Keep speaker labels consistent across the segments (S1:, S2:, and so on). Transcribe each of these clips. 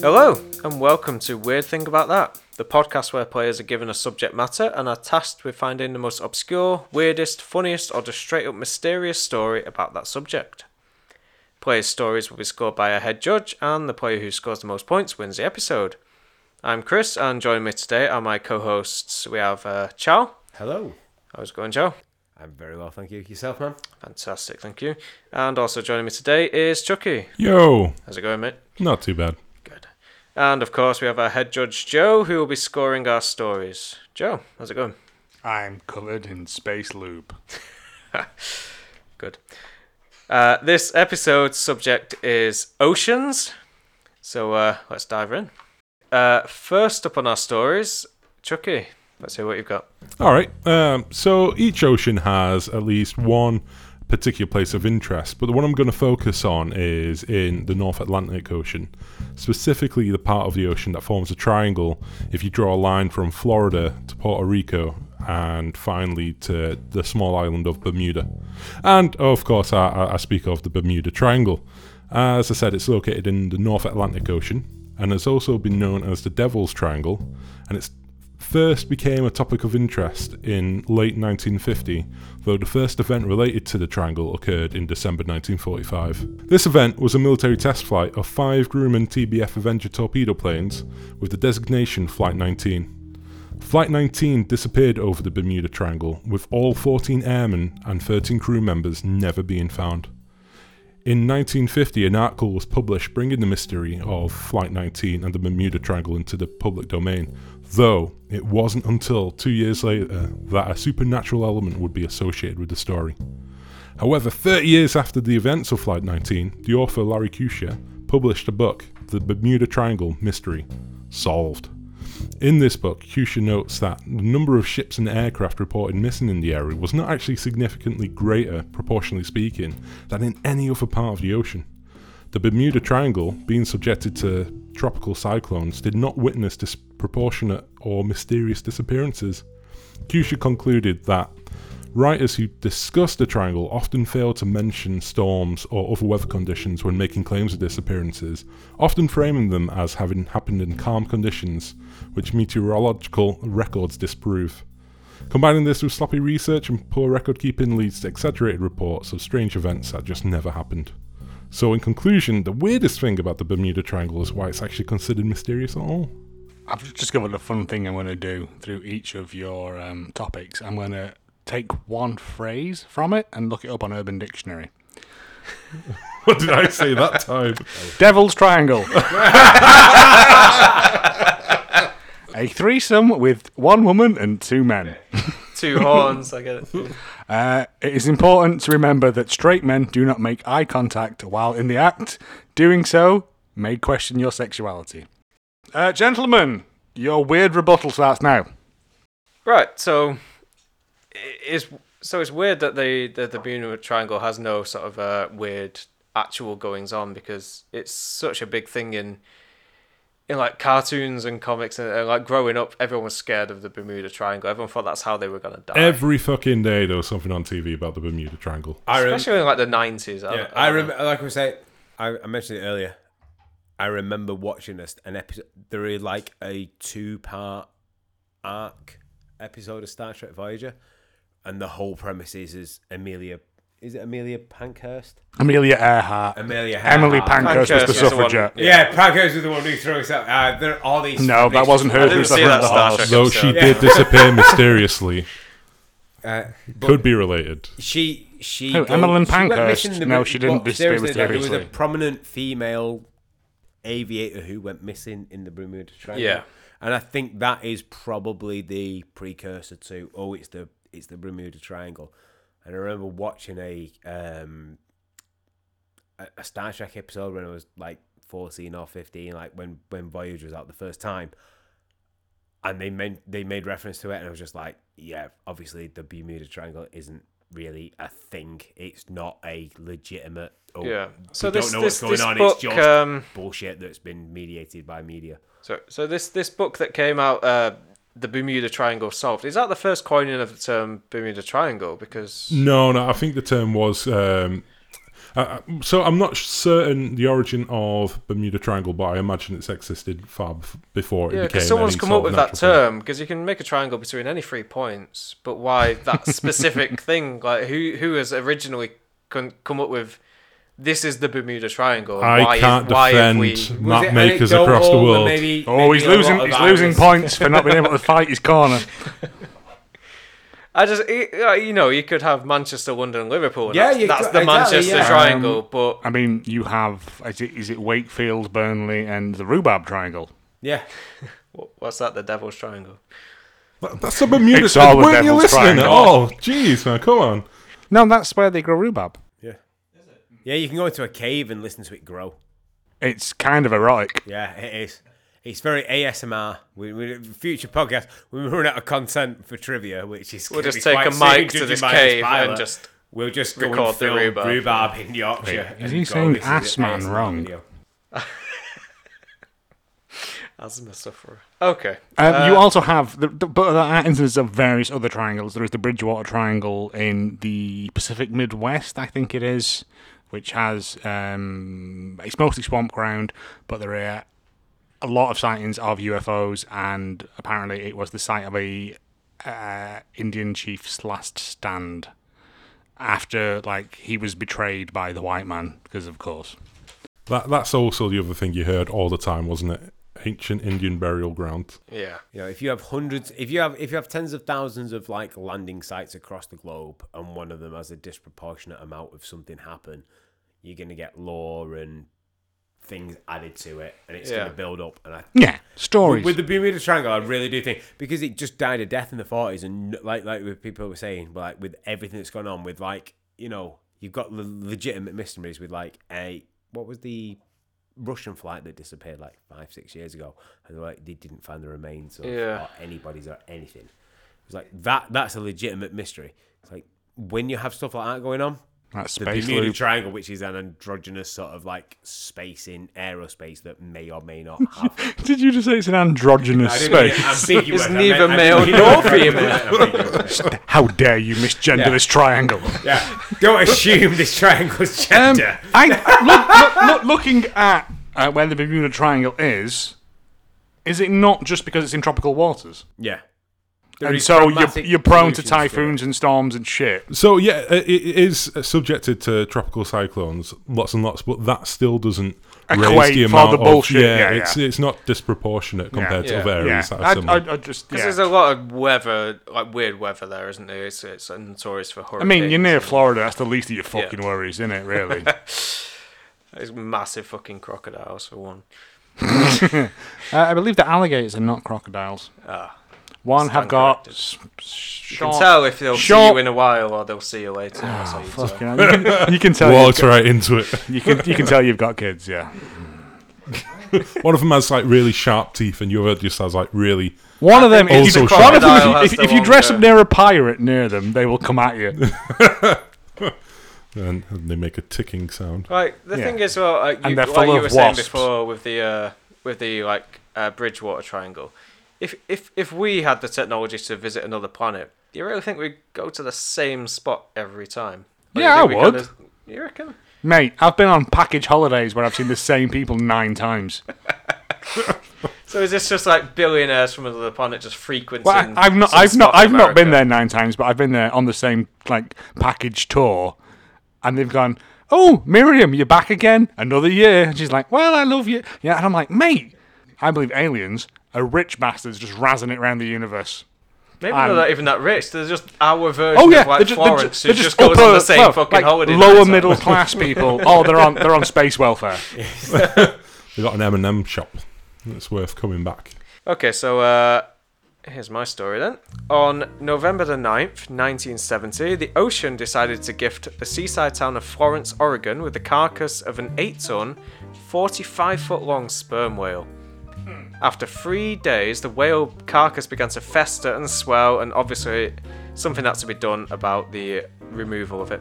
S1: Hello, and welcome to Weird Thing About That, the podcast where players are given a subject matter and are tasked with finding the most obscure, weirdest, funniest, or just straight up mysterious story about that subject. Players' stories will be scored by a head judge, and the player who scores the most points wins the episode. I'm Chris, and joining me today are my co hosts. We have uh, Chow.
S2: Hello.
S1: How's it going, Chow?
S2: I'm very well, thank you. Yourself, man?
S1: Fantastic, thank you. And also joining me today is Chucky.
S3: Yo,
S1: How's it going, mate?
S3: Oh, not too bad.
S1: Good. And of course, we have our head judge, Joe, who will be scoring our stories. Joe, how's it going?
S4: I'm covered in space lube.
S1: Good. Uh, this episode's subject is oceans. So uh, let's dive in. Uh, first up on our stories, Chucky. Let's hear what you've got.
S3: All right. Um, so each ocean has at least one particular place of interest, but the one I'm going to focus on is in the North Atlantic Ocean, specifically the part of the ocean that forms a triangle if you draw a line from Florida to Puerto Rico and finally to the small island of Bermuda. And of course, I- I, I speak of the Bermuda Triangle. As I said, it's located in the North Atlantic Ocean and has also been known as the Devil's Triangle, and it's first became a topic of interest in late 1950, though the first event related to the triangle occurred in December 1945. This event was a military test flight of five Grumman TBF Avenger torpedo planes with the designation Flight 19. Flight 19 disappeared over the Bermuda Triangle, with all 14 airmen and 13 crew members never being found. In 1950, an article was published bringing the mystery of Flight 19 and the Bermuda Triangle into the public domain, though it wasn't until two years later that a supernatural element would be associated with the story. However, 30 years after the events of Flight 19, the author Larry Kusher published a book, The Bermuda Triangle Mystery Solved. In this book, Kusher notes that the number of ships and aircraft reported missing in the area was not actually significantly greater, proportionally speaking, than in any other part of the ocean. The Bermuda Triangle, being subjected to tropical cyclones, did not witness disproportionate or mysterious disappearances. Kusher concluded that writers who discuss the triangle often fail to mention storms or other weather conditions when making claims of disappearances, often framing them as having happened in calm conditions, which meteorological records disprove. Combining this with sloppy research and poor record keeping leads to exaggerated reports of strange events that just never happened. So, in conclusion, the weirdest thing about the Bermuda Triangle is why it's actually considered mysterious at all.
S4: I've just discovered a fun thing I'm going to do through each of your um, topics. I'm going to take one phrase from it and look it up on Urban Dictionary.
S3: What did I say that time?
S4: Devil's Triangle. a threesome with one woman and two men.
S1: Two horns, I get it.
S4: Uh, it is important to remember that straight men do not make eye contact while in the act. Doing so may question your sexuality. Uh, gentlemen, your weird rebuttal starts now.
S1: Right, so i- is so it's weird that the the, the Bermuda Triangle has no sort of uh, weird actual goings on because it's such a big thing in in like cartoons and comics and, and like growing up, everyone was scared of the Bermuda Triangle. Everyone thought that's how they were gonna die,
S3: Every fucking day there was something on TV about the Bermuda Triangle.
S2: I remember.
S1: especially in like the nineties.
S2: Yeah, I remember. Like I was saying, I, I mentioned it earlier. I remember watching this an episode. There is like a two-part arc episode of Star Trek Voyager, and the whole premise is is Amelia. Is it Amelia Pankhurst?
S4: Amelia Earhart.
S2: Amelia
S4: Emily
S2: Earhart.
S4: Pankhurst was the
S1: Pankhurst is the one-
S4: suffragette.
S1: yeah.
S2: Yeah, Pankhurst is the one who threw us out. Uh, there are all these.
S4: No, that
S2: these-
S4: wasn't her.
S1: I didn't
S4: who's the
S1: see
S4: front
S1: that
S4: of the
S1: Star
S4: horse.
S1: Trek.
S3: Though she did disappear mysteriously,
S2: Uh, but-
S3: could be related.
S2: She she
S4: Who,
S2: goes-
S4: Emmeline
S2: she went
S4: Pankhurst?
S2: missing the-
S4: No, she didn't
S2: but
S4: disappear
S2: seriously, though, There was a
S4: mysteriously.
S2: prominent female aviator who went missing in the Bermuda Triangle.
S1: Yeah.
S2: and I think that is probably the precursor to oh, it's the it's the Bermuda Triangle. And I remember watching a um a, a Star Trek episode when I was like fourteen or fifteen, like when when Voyage was out the first time. And they made they made reference to it, and I was just like, yeah, obviously the Bermuda Triangle isn't really a thing. It's not a legitimate. Oh,
S1: Yeah.
S2: So
S1: So
S2: we
S1: this
S2: don't know
S1: this,
S2: what's going
S1: this
S2: on.
S1: book,
S2: it's just
S1: um,
S2: bullshit that's been mediated by media.
S1: so so this this book that came out, uh, the Bermuda Triangle solved. Is that the first coining of the term Bermuda Triangle? Because
S3: No, no, I think the term was um, Uh, so I'm not certain the origin of Bermuda Triangle, but I imagine it's existed far bef- before it
S1: Yeah,
S3: became.
S1: because someone's
S3: any
S1: come
S3: sort
S1: up
S3: of
S1: with that
S3: natural thing.
S1: term because you can make a triangle between any three points, but why that specific thing? Like who who has originally con- come up with this is the Bermuda Triangle?
S3: I
S1: why
S3: can't
S1: is, why have
S3: defend
S1: we?
S2: Was
S3: map
S2: it
S3: makers across the
S2: anecdotal and
S3: world.
S2: Maybe,
S4: Oh, he's
S2: maybe a
S4: losing.
S2: lot of
S4: He's losing
S2: Irish-
S4: points for not being able to fight his corner.
S1: I just it- uh, you know you could have Manchester, London, Liverpool.
S2: Yeah,
S1: Yeah, that's,
S2: you
S1: that's
S2: could-
S1: the
S2: exactly,
S1: Manchester
S2: yeah.
S1: Triangle, but
S4: I mean, you have is it, is it Wakefield, Burnley, and the Rhubarb Triangle?
S2: Yeah,
S1: wh- what's that? The Devil's Triangle.
S3: That- That's a Bermuda.
S4: It's all a
S3: Weren't you
S4: devil's
S3: listening at
S4: triangle.
S3: all? Jeez, man, come on.
S4: No, that's where they grow rhubarb.
S2: yeah, yeah. You can go into a cave and listen to it grow.
S4: It's kind of erotic.
S2: Yeah, it is. It's very ASMR. We, we future podcast. We run out of content for trivia, which is
S1: We'll
S2: gonna
S1: just
S2: be
S1: take
S2: quite
S1: a
S2: soon,
S1: mic to
S2: judging
S1: this
S2: by this
S1: cave and
S2: pilot.
S1: just
S2: we'll just go
S1: record
S2: and
S1: the
S2: film
S1: rhubarb.
S2: rhubarb. in Yorkshire.
S4: Wait, is
S2: and
S4: he
S2: go,
S4: saying
S2: "This is an
S4: ass man
S2: ASMR
S4: wrong?"
S2: video."
S1: Asthma sufferer. Okay.
S4: Um, you
S2: Uh,
S4: also have, the, the, but there are instances of various other triangles. There is the Bridgewater Triangle in the Pacific Midwest, I think it is, which has um, it's mostly swamp ground, but there are a lot of sightings of UFOs, and apparently it was the site of a uh, Indian chief's last stand after like he was betrayed by the white man because of course
S3: That, that's also the other thing you heard all the time, wasn't it? Ancient Indian burial ground.
S1: Yeah.
S2: You know, if you have hundreds, if you have if you have tens of thousands of like landing sites across the globe, and one of them has a disproportionate amount of something happen, you're gonna get lore and things added to it, and it's
S1: Yeah.
S2: gonna build up. And I
S4: yeah stories
S2: With, with the Bermuda Triangle, I really do think because it just died a death in the forties, and like like with people were saying, but like with everything that's gone on, with like you know you've got the legitimate mysteries with like a what was the Russian flight that disappeared like five six years ago, and they like they didn't find the remains of
S1: Yeah.
S2: or anybody's or anything. It's like that that's a legitimate mystery. It's like when you have stuff like that going on,
S4: that's
S2: the
S4: space
S2: Bermuda
S4: loop.
S2: Triangle, which is an androgynous sort of like space in aerospace that may or may not have
S4: did you just say it's an androgynous space
S1: It's neither male nor
S2: female.
S4: How dare you misgender
S2: Yeah.
S4: this triangle?
S2: yeah, don't assume this triangle's
S4: Um,
S2: gender.
S4: I look, look, look, looking at uh, where the Bermuda Triangle is. Is it not just because it's in tropical waters,
S2: yeah.
S4: and so you're, you're prone to typhoons and storms and shit?
S3: So yeah, i- i- it is subjected to tropical cyclones, lots and lots, but that still doesn't raise
S4: Equate
S3: the
S4: for
S3: amount
S4: the
S3: of
S4: bullshit,
S3: Yeah,
S4: yeah,
S3: it's it's not disproportionate compared
S1: Yeah.
S3: to other
S4: Yeah,
S3: areas. that are
S4: I,
S3: similar.
S4: I, I just
S1: Because
S4: yeah.
S1: there's a lot of weather, like weird weather there, isn't there? It's, it's notorious for
S4: I
S1: hurricanes.
S4: mean, you're near Florida. That's the least of your fucking worries, isn't it? Really.
S1: There's massive fucking crocodiles for one.
S4: Uh, I believe that alligators are not crocodiles.
S1: Ah.
S4: One have
S1: Stand
S4: got
S1: corrected.
S4: s-
S1: You
S4: short.
S1: can tell if they'll see
S4: Short-
S1: you in a while or they'll see you later.
S4: Ah,
S1: that's how you tell.
S4: Fucking hell, You can, you can tell. you've
S3: Walked right into it.
S4: got- You can you can tell you've got kids. Yeah.
S3: One of them has like really sharp teeth, and the other just has like really.
S4: One of them,
S1: think
S4: if,
S3: also
S4: you,
S3: shot.
S4: one of them, if you-
S1: Crocodile has
S4: if,
S1: the
S4: if you dress up
S1: longer-
S4: near a pirate near them, they will come at you.
S3: And, and they make a ticking sound.
S1: Like the
S4: Yeah.
S1: thing is, well, like you,
S4: And they're
S1: like
S4: full
S1: you
S4: of
S1: were saying
S4: wasps.
S1: before with the uh, with the like uh, Bridgewater Triangle. If if if we had the technology to visit another planet, do you really think we'd go to the same spot every time? Or you
S4: Yeah,
S1: think
S4: I
S1: we
S4: would.
S1: kinda- you reckon?
S4: Mate, I've been on package holidays where I've seen the same people nine times.
S1: So is this just like billionaires from another planet just frequenting?
S4: Well, I, I've not,
S1: some
S4: I've
S1: spot
S4: not,
S1: in
S4: I've not been
S1: America?
S4: there nine times, but I've been there on the same like package tour, and they've gone, "Oh, Miriam, you're back again, another year." And she's like, "Well, I love you." Yeah, and I'm like, "Mate, I believe aliens are rich bastards just razzing it around the universe."
S1: Maybe they're
S4: Um,
S1: not even that rich. They're just our version
S4: Oh yeah,
S1: of like
S4: they're ju- they're ju-
S1: Florence,
S4: they're
S1: who just,
S4: just
S1: goes on
S4: upper-
S1: the same
S4: well,
S1: fucking
S4: like,
S1: holiday.
S4: Lower
S1: nights out.
S4: middle class people. Oh, they're on they're on space welfare.
S3: They got an M and M shop. It's worth coming back.
S1: Okay, so uh, here's my story then. On November the 9th, 1970, the ocean decided to gift the seaside town of Florence, Oregon, with the carcass of an 8 ton, 45 foot long sperm whale. After three days, the whale carcass began to fester and swell, and obviously, something had to be done about the removal of it.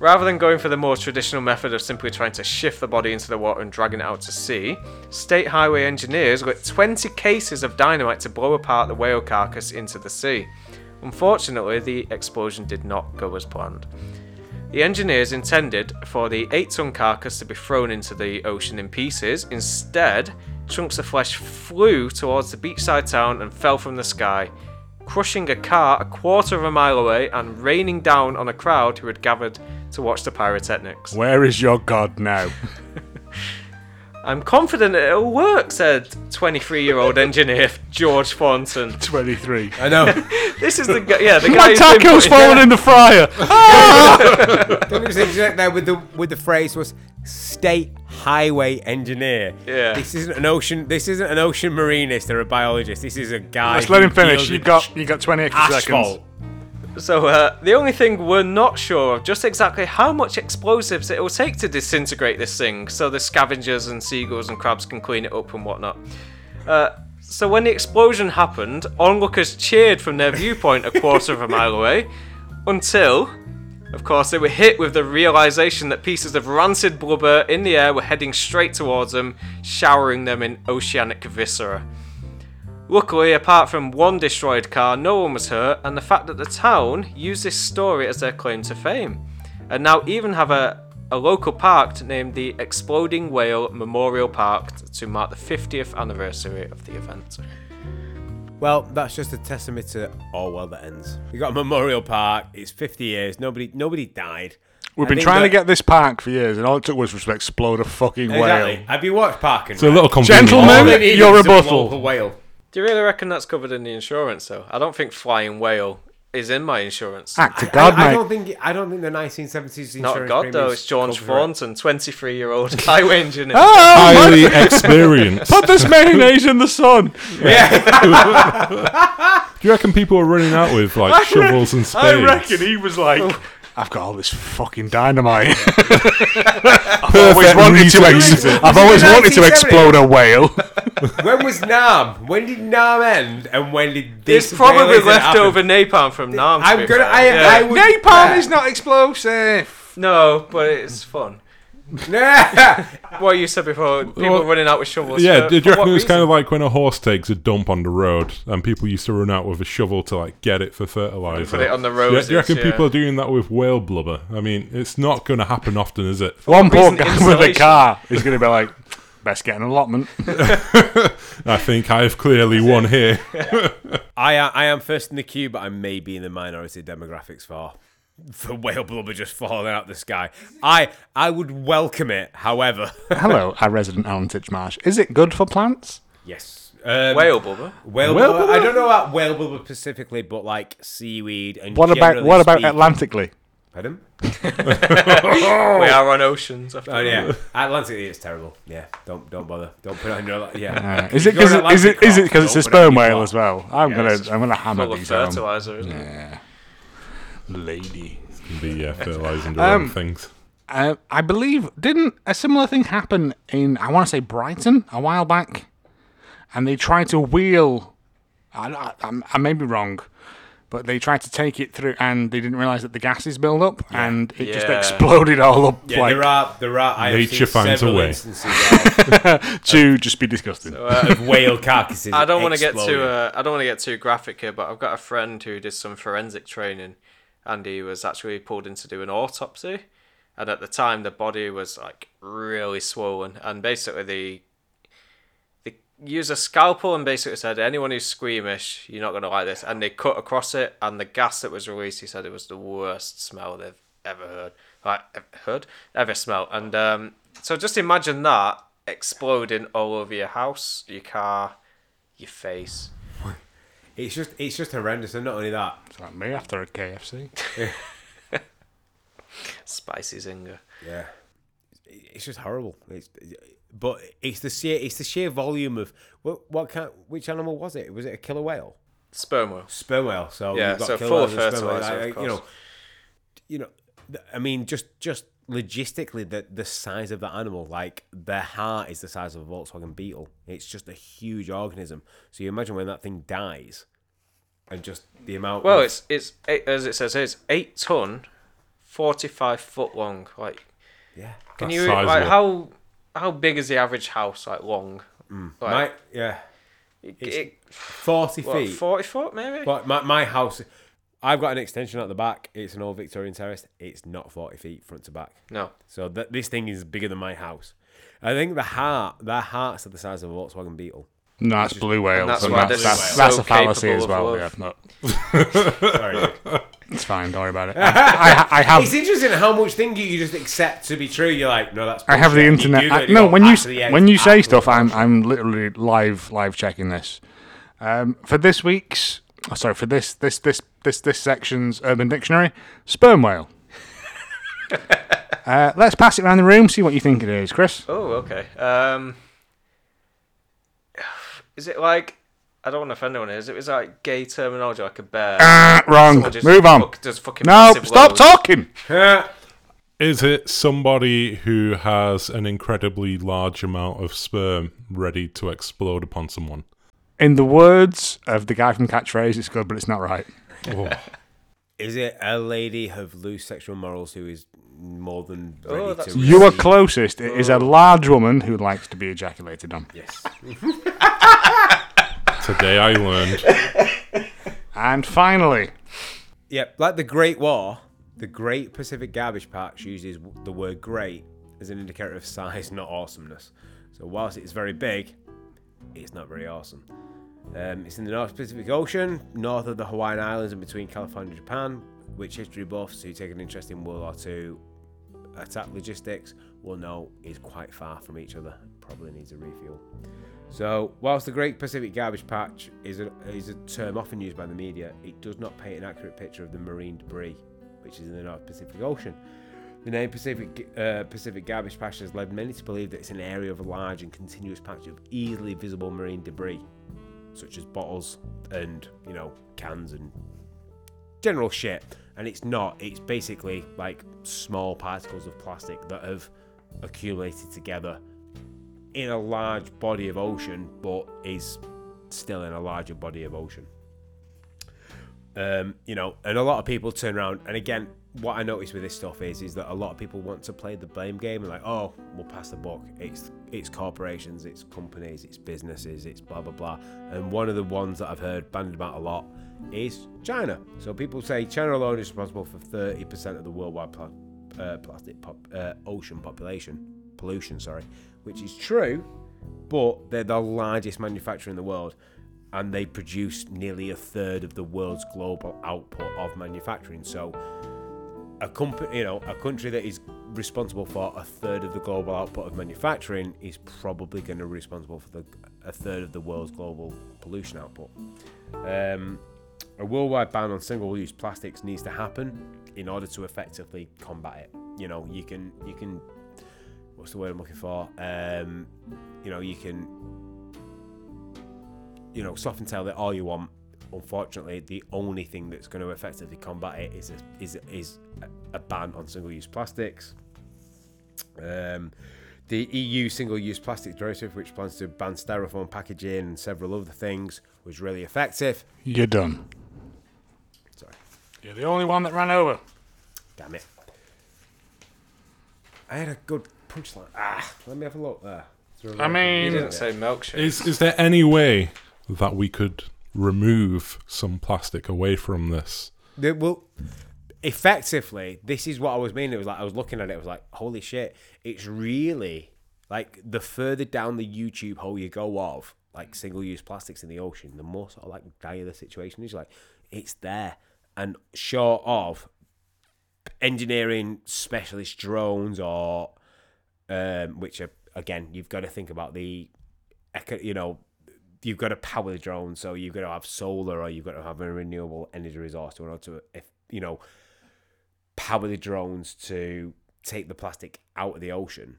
S1: Rather than going for the more traditional method of simply trying to shift the body into the water and dragging it out to sea, state highway engineers lit 20 cases of dynamite to blow apart the whale carcass into the sea. Unfortunately, the explosion did not go as planned. The engineers intended for the 8 ton carcass to be thrown into the ocean in pieces. Instead, chunks of flesh flew towards the beachside town and fell from the sky, crushing a car a quarter of a mile away and raining down on a crowd who had gathered to watch the pyrotechnics.
S4: Where is your god now?
S1: I'm confident it'll work, said 23 year old engineer George Thornton.
S4: 23.
S2: I know.
S1: This is the guy, yeah, the
S4: My
S1: guy. who's been
S4: taco's
S1: putting-
S4: fallen in the fryer. Ah,
S2: It was exact there with the with the phrase was state highway engineer.
S1: Yeah.
S2: This isn't an ocean. This isn't an ocean marinist or a biologist. This is a guy.
S4: Let's let him
S2: who
S4: finish.
S2: deals
S4: You
S2: with
S4: got you got 20 extra
S2: asphalt.
S4: seconds.
S1: So uh, the only thing we're not sure of just exactly how much explosives it will take to disintegrate this thing, so the scavengers and seagulls and crabs can clean it up and whatnot. Uh, so when the explosion happened, onlookers cheered from their viewpoint a quarter of a mile away, until, of course, they were hit with the realization that pieces of rancid blubber in the air were heading straight towards them, showering them in oceanic viscera. Luckily, apart from one destroyed car, no one was hurt, and the fact that the town used this story as their claim to fame, and now even have a, a local park named the Exploding Whale Memorial Park to mark the 50th anniversary of the event.
S2: Well, that's just a testament to oh well that ends. You got a memorial park. It's 50 years. Nobody nobody died.
S4: We've
S2: I
S4: been
S2: think
S4: trying to
S2: that-
S4: get this park for years, and all it took was to explode a fucking
S2: exactly.
S4: whale.
S2: Have you watched Parking?
S3: It's a little convenient.
S4: Gentlemen,
S2: All it needed
S4: your
S2: was a
S4: rebuttal.
S2: local whale.
S1: Do you really reckon that's covered in the insurance, though? I don't think flying whale is in my insurance.
S4: Act of God,
S2: I, I
S4: mate.
S2: don't think I don't think the 1970s Ah, insurance
S1: Not God, though,
S2: premiums
S1: it's George
S2: cover it. Ah!
S1: Thornton, 23 year old highway engineer.
S4: Oh, my-
S3: Highly experienced.
S4: put this mayonnaise in the sun.
S3: Do you reckon people are running out with like shovels and
S4: I
S3: spades?
S4: reckon he was like, I've got all this fucking dynamite. I've always
S3: Perfect
S4: wanted to,
S3: reason.
S4: ex- I've always wanted to
S2: 1970?
S4: explode a whale.
S2: When was Nam? When did Nam end? And when did this?
S1: It's probably
S2: whale incident happen?
S1: leftover napalm from Nam.
S2: I'm gonna. I, I would,
S4: Napalm is not explosive.
S1: No, but it's fun.
S2: Nah.
S1: What you said before, people
S3: Well,
S1: running out with shovels.
S3: Yeah,
S1: for-
S3: did
S1: uh, for what
S3: you reckon it was
S1: reason?
S3: kind of like when a horse takes a dump on the road and people used to run out with a shovel to like get it for fertilizer?
S1: Put it on the
S3: Yeah,
S1: roses.
S3: do you reckon
S1: yeah.
S3: people are doing that with whale blubber? I mean, it's not going to happen often, is it?
S4: One poor
S1: reason,
S4: guy with a
S1: insulation.
S4: car is going to be like, best get an allotment.
S3: I think I've clearly won here.
S2: I, am- I am first in the queue, but I may be in the minority demographics for for whale blubber just falling out the sky. I I would welcome it. However,
S4: Hello, our resident Alan Titchmarsh. Is it good for plants?
S2: yes. Um,
S1: Whale blubber.
S3: Whale
S2: Whale, blubber? I
S3: blubber?
S2: don't know about whale blubber specifically, but like seaweed and
S4: What about
S2: generally
S4: what about
S2: speaking-
S4: Atlantically?
S2: Pardon?
S3: Oh!
S1: We are on oceans after
S2: Oh yeah, Atlantic is terrible. Yeah, don't don't bother. Don't put it on your. Yeah.
S4: Uh, is it
S2: You're
S4: because
S2: an
S4: it, is it
S2: Atlantic
S4: is it because
S2: crop,
S4: it's a
S2: don't put it on
S4: sperm
S2: your
S4: whale
S2: crop.
S4: as well? I'm
S1: it's
S4: gonna I'm gonna hammer
S1: full of
S4: these out.
S1: fertilizer, isn't it?
S4: Lady.
S3: the uh, fertilizing the
S4: Um,
S3: wrong things.
S4: Uh, I believe didn't a similar thing happen in I want to say Brighton a while back, and they tried to wheel. I, I, I'm- I may be wrong, but they tried to take it through, and they didn't realize that the gases build up, and it just
S1: Yeah.
S4: exploded all up
S2: Yeah,
S4: like
S2: there are there are. I have
S3: Nature
S2: seen
S3: finds a
S2: several
S3: way.
S2: instances of- uh,
S4: to just be disgusting.
S1: uh,
S2: of whale carcasses.
S1: I don't want to get
S2: exploding.
S1: too uh, I don't want to get too graphic here, but I've got a friend who did some forensic training, and he was actually pulled in to do an autopsy, and at the time the body was like really swollen, and basically the they used a scalpel and basically said anyone who's squeamish, you're not gonna like this, and they cut across it, and the gas that was released, he said it was the worst smell they've ever heard, like ev- heard ever smelled, and um, so just imagine that exploding all over your house, your car your face.
S2: It's just it's just horrendous, and not only that.
S4: It's like me after a KFC.
S1: Spicy zinger.
S2: Yeah, it's just horrible. It's but it's the sheer it's the sheer volume of what what kind which animal was it? Was it a killer whale?
S1: Sperm whale.
S2: Sperm whale. So
S1: Yeah,
S2: you've got
S1: so
S2: killer
S1: full of
S2: whales and sperm whales.
S1: fertiliser,
S2: I-
S1: of
S2: I- you know,
S1: course.
S2: you know. th- I mean, just just logistically, the the size of that animal, like their heart is the size of a Volkswagen Beetle. It's just a huge organism. So you imagine when that thing dies, and just the amount.
S1: Well,
S2: of-
S1: it's it's eight, as it says, here, it's eight ton, forty five foot long. Like,
S2: yeah.
S1: can
S3: That's
S1: you like
S3: sizable. Hmm.
S1: how how big is the average house? Like long?
S2: My,
S1: Like,
S2: yeah,
S1: it,
S2: forty
S1: what,
S2: feet.
S1: forty foot maybe.
S2: But my, my house, I've got an extension at the back. It's an old Victorian terrace. It's not 40 feet front to back.
S1: No.
S2: So th- this thing is bigger than my house. I think the heart, their hearts are the size of a Volkswagen Beetle.
S4: No, that's blue whales.
S1: that's
S4: and
S1: why
S4: that's,
S1: they're
S4: that's,
S1: so
S4: that's a fallacy
S1: capable
S4: as
S1: of
S4: well. Yeah,
S1: love.
S4: no,
S2: Sorry. dude.
S4: it's fine. Don't worry about it. I, I, I
S2: It's
S4: have.
S2: interesting how much thing you, you just accept to be true. You're like, no, that's.
S4: I have the
S2: bullshit. You
S4: internet.
S2: do
S4: I-
S2: that,
S4: no,
S2: go,
S4: when you
S2: actually, yeah,
S4: when you
S2: it's
S4: say
S2: absolute
S4: stuff, I'm I'm literally live live checking this. Um, for this week's, oh, sorry, for this this this this this section's Urban Dictionary, sperm whale. uh, let's pass it around the room. See what you think it is, Chris.
S1: Oh, okay. Um, is it like I don't want to offend anyone? here, Is it was like gay terminology, like a bear?
S4: Ah, wrong.
S1: Or just
S4: Move on.
S1: fuck- does fucking
S4: no,
S1: massive
S4: stop
S1: loads?
S4: talking.
S3: Is it somebody who has an incredibly large amount of sperm ready to explode upon someone?
S4: In the words of the guy from Catchphrase, it's good, but it's not right.
S3: Oh,
S2: Is it a lady of loose sexual morals who is more than ready
S1: Oh,
S2: to?
S1: that's-
S4: You are closest. It
S2: Oh.
S4: is a large woman who likes to be ejaculated on.
S2: Yes.
S3: today I learned.
S4: And finally,
S2: Yep. Like the Great War, the Great Pacific Garbage Patch uses w- the word "great" as an indicator of size, not awesomeness. So whilst it's very big, it's not very awesome. Um, it's in the North Pacific Ocean, north of the Hawaiian Islands, and between California and Japan. Which history buffs who take an interest in World War II attack logistics will know is quite far from each other. Probably needs a refuel. So, whilst the Great Pacific Garbage Patch is a, is a term often used by the media, it does not paint an accurate picture of the marine debris, which is in the North Pacific Ocean. The name Pacific uh, Pacific Garbage Patch has led many to believe that it's an area of a large and continuous patch of easily visible marine debris, such as bottles and you know cans and general shit. And it's not. It's basically like small particles of plastic that have accumulated together in a large body of ocean, but is still in a larger body of ocean. Um, you know, and a lot of people turn around, and again, what I notice with this stuff is, is that a lot of people want to play the blame game and like, oh, we'll pass the buck. It's it's corporations, it's companies, it's businesses, it's blah blah blah. And one of the ones that I've heard banded about a lot is China. So people say China alone is responsible for 30% of the worldwide pla- uh, plastic pop- uh, ocean population pollution, sorry, which is true, but they're the largest manufacturer in the world and they produce nearly a third of the world's global output of manufacturing. So a company, you know, a country that is responsible for a third of the global output of manufacturing is probably going to be responsible for the, a third of the world's global pollution output. Um, a worldwide ban on single-use plastics needs to happen in order to effectively combat it. You know, you can you can what's the word I'm looking for? Um, you know, you can, you know, soft and tail it all you want. Unfortunately, the only thing that's going to effectively combat it is a, is is a- a ban on single-use plastics. Um, the EU single-use plastic directive, which plans to ban styrofoam packaging and several other things, was really effective.
S4: you're done.
S2: Sorry.
S4: You're the only one that ran over.
S2: Damn it. I had a good punchline. Ah, let me have a look there.
S4: I
S1: You
S4: mean,
S1: didn't say milkshake.
S3: Is is there any way that we could remove some plastic away from this?
S2: They- well, effectively, this is what I was meaning. It was like I was looking at it. I was like, holy shit! It's really like the further down the YouTube hole you go of like single-use plastics in the ocean, the more sort of like dire the situation is. Like it's there, and short of engineering specialist drones or um, which are again, you've got to think about the, eco- you know, you've got to power the drone, so you've got to have solar or you've got to have a renewable energy resource in order to, if you know, power the drones to take the plastic out of the ocean.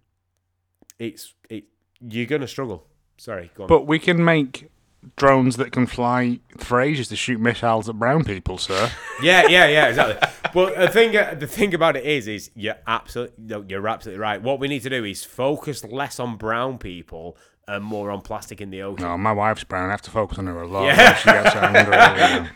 S2: It's it you're gonna struggle. Sorry, go on.
S4: but we can make drones that can fly for ages to shoot missiles at brown people, sir.
S2: yeah, yeah, yeah, exactly. But the thing, uh, the thing about it is, is you're absolutely, no, you're absolutely right. What we need to do is focus less on brown people and more on plastic in the ocean.
S4: no, my wife's brown. I have to focus on her a lot.
S2: Yeah.
S4: She gets angry.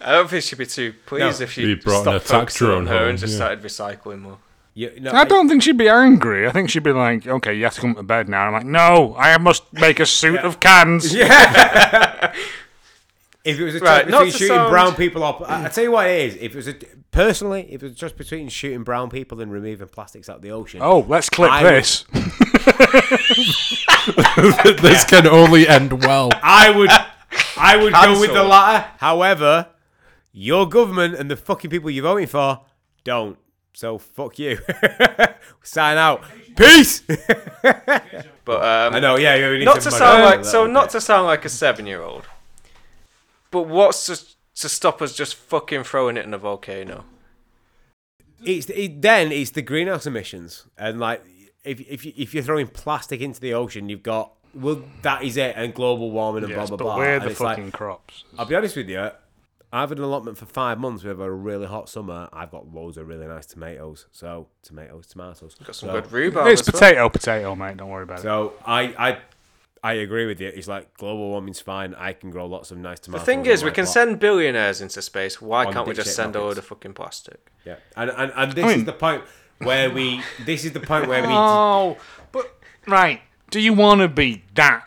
S1: I don't think she'd be too pleased
S2: No.
S1: if
S3: He
S1: you
S3: brought an
S1: stopped
S3: attack
S1: focusing on
S3: drone
S1: her
S3: home,
S1: and just
S3: yeah.
S1: started recycling more.
S2: You- no,
S4: I don't think she'd be angry. I think she'd be like, okay, you have to come to bed now. I'm like, no, I must make a suit of cans.
S2: Yeah. If it was a
S1: Right,
S2: choice
S1: not
S2: between
S1: to
S2: shooting
S1: sound-
S2: brown people up, I I tell you what it is. If it was a, personally, if it was just between shooting brown people and removing plastics out of the ocean,
S4: Oh, let's clip
S2: I would-
S4: this.
S3: this can only end well.
S2: I would, I would go with the
S1: Cancel.
S2: latter. However, your government and the fucking people you're voting for don't. So fuck you. Sign out. Peace.
S1: But um,
S2: I know. Yeah, you need
S1: not to sound
S2: moderate
S1: like
S2: that
S1: so
S2: a bit.
S1: not to sound like a seven year old but what's to, to stop us just fucking throwing it in a volcano
S2: it's it, then it's the greenhouse emissions and like if if you- if you're throwing plastic into the ocean, you've got well that is it and global warming and
S4: Yes,
S2: blah blah
S4: but
S2: blah.
S4: we're
S2: And
S4: the
S2: it's like,
S4: fucking crops.
S2: I'll be honest with you. I've had an allotment for five months. We've had a really hot summer. I've got loads of really nice tomatoes. So tomatoes, tomatoes.
S1: got some
S2: so,
S1: good rhubarb
S4: It's
S1: as well.
S4: potato, potato, mate. Don't worry about it.
S2: So I I I agree with you. It's like global warming's fine. I can grow lots of nice tomatoes.
S1: the thing
S2: on
S1: is we
S2: my
S1: can
S2: plot.
S1: send billionaires into space why
S2: On
S1: can't we just
S2: dick-shaped
S1: send a load
S2: rockets.
S1: of fucking plastic
S2: Yeah, and and, and this
S4: mean-
S2: is the point where we. This is the point where we.
S4: Oh, but right. Do you want to be that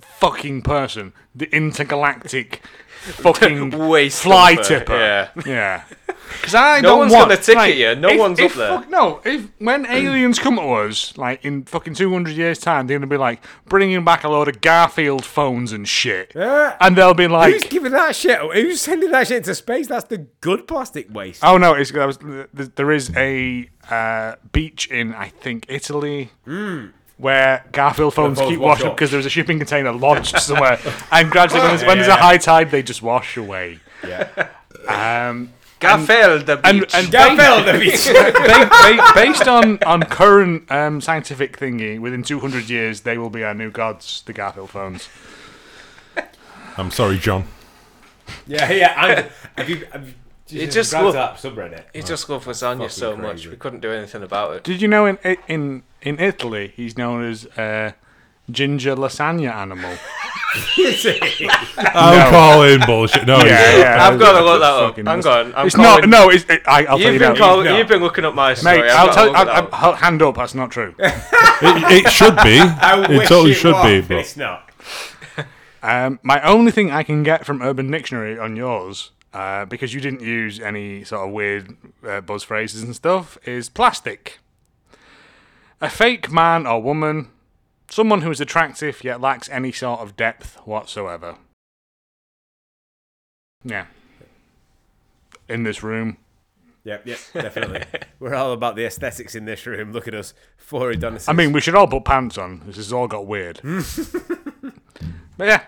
S4: fucking person, the intergalactic fucking
S1: waste
S4: fly
S1: of, uh,
S4: tipper?
S1: yeah
S4: Yeah. Because I
S1: No
S4: don't
S1: one's
S4: want
S1: gonna ticket
S4: like,
S1: you. No
S4: if-
S1: one's
S4: if
S1: up there.
S4: fuck- no, if when aliens come to us, like in fucking two hundred years' time, they're gonna be like bringing back a load of Garfield phones and shit,
S2: Yeah.
S4: and they'll be like,
S2: Who's giving that shit? Who's sending that shit into space? That's the good plastic waste.
S4: Oh no! It's, that was, th- there is a uh, beach in I think Italy
S1: Hmm.
S4: where Garfield phones
S2: phones
S4: keep
S2: wash
S4: washing
S2: up.
S4: because there's a shipping container lodged somewhere, and gradually when, there's, when
S2: Yeah,
S4: there's a
S2: yeah.
S4: high tide, they just wash away.
S2: Yeah.
S4: Um,
S1: Gaffel the
S4: and
S1: beach.
S4: and
S2: Get fell the beach.
S4: ba- ba- based on on current um, scientific thingy, within 200 years they will be our new gods, the Garfield phones.
S3: I'm sorry, John.
S2: yeah, yeah. I'm, have you, have you, Jesus,
S1: just
S2: grabbed
S1: look-
S2: that subreddit.
S1: he just loved lasagna so
S2: fucking
S1: much
S2: crazy.
S1: we couldn't do anything about it
S4: Did you know in I- in in Italy he's known as uh, ginger lasagna animal?
S3: I'm calling bullshit. No,
S4: Yeah,
S3: yeah,
S4: yeah.
S1: I've got to look that up.
S4: Fucking
S1: I'm
S4: mess-
S1: gone. I'm
S4: it's
S1: calling-
S4: not. No, it's, it, I, I'll tell you
S1: You've
S4: now.
S1: been, call-
S2: No.
S1: you've been looking up my story. I've
S4: Mate, I'll
S1: got
S4: tell.
S1: to look
S4: I'll,
S1: that
S4: I'll,
S1: up.
S4: I'll- hand up. That's not true.
S3: It, it should be.
S2: I
S3: it
S2: wish
S3: totally
S2: it
S3: should
S2: was,
S3: be.
S2: but
S3: But
S2: it's not.
S4: um, my only thing I can get from Urban Dictionary on yours, uh, because you didn't use any sort of weird uh, buzz phrases and stuff, is plastic. A fake man or woman, someone who is attractive yet lacks any sort of depth whatsoever. Yeah. In this room.
S2: Yep, yep, definitely. We're all about the aesthetics in this room. Look at us, four Adonis.
S4: I mean, we should all put pants on. This has all got weird. but yeah.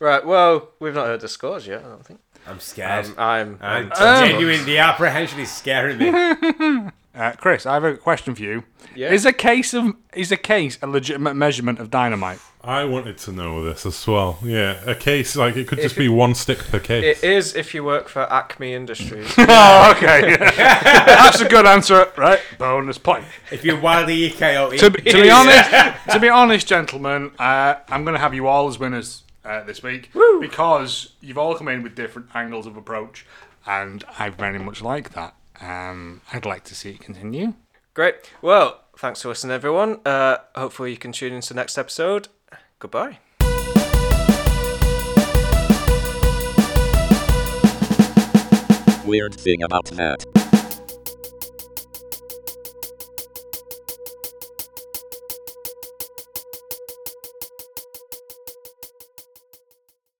S1: Right, well, we've not heard the scores yet, I don't think. Um,
S2: I'm scared.
S1: I'm. um,
S2: I'm,
S1: I'm-
S2: genuine. The apprehension is scaring me.
S4: Uh, Chris, I have a question for you.
S1: Yeah.
S4: Is a case of is a case a legitimate measurement of dynamite?
S3: I wanted to know this as well. Yeah, a case like it could just be one stick per case.
S1: It is if you work for Acme Industries.
S4: Oh, okay. That's a good answer, right? Bonus point.
S2: if you're wildly E EKO,
S4: To, be- to be honest, to be honest, gentlemen, uh, I'm going to have you all as winners uh, this week because you've all come in with different angles of approach, and I very much like that. Um, I'd like to see it continue.
S1: Great. Well, thanks for listening, everyone. Uh, hopefully, you can tune into the next episode. Goodbye.
S5: Weird thing about that.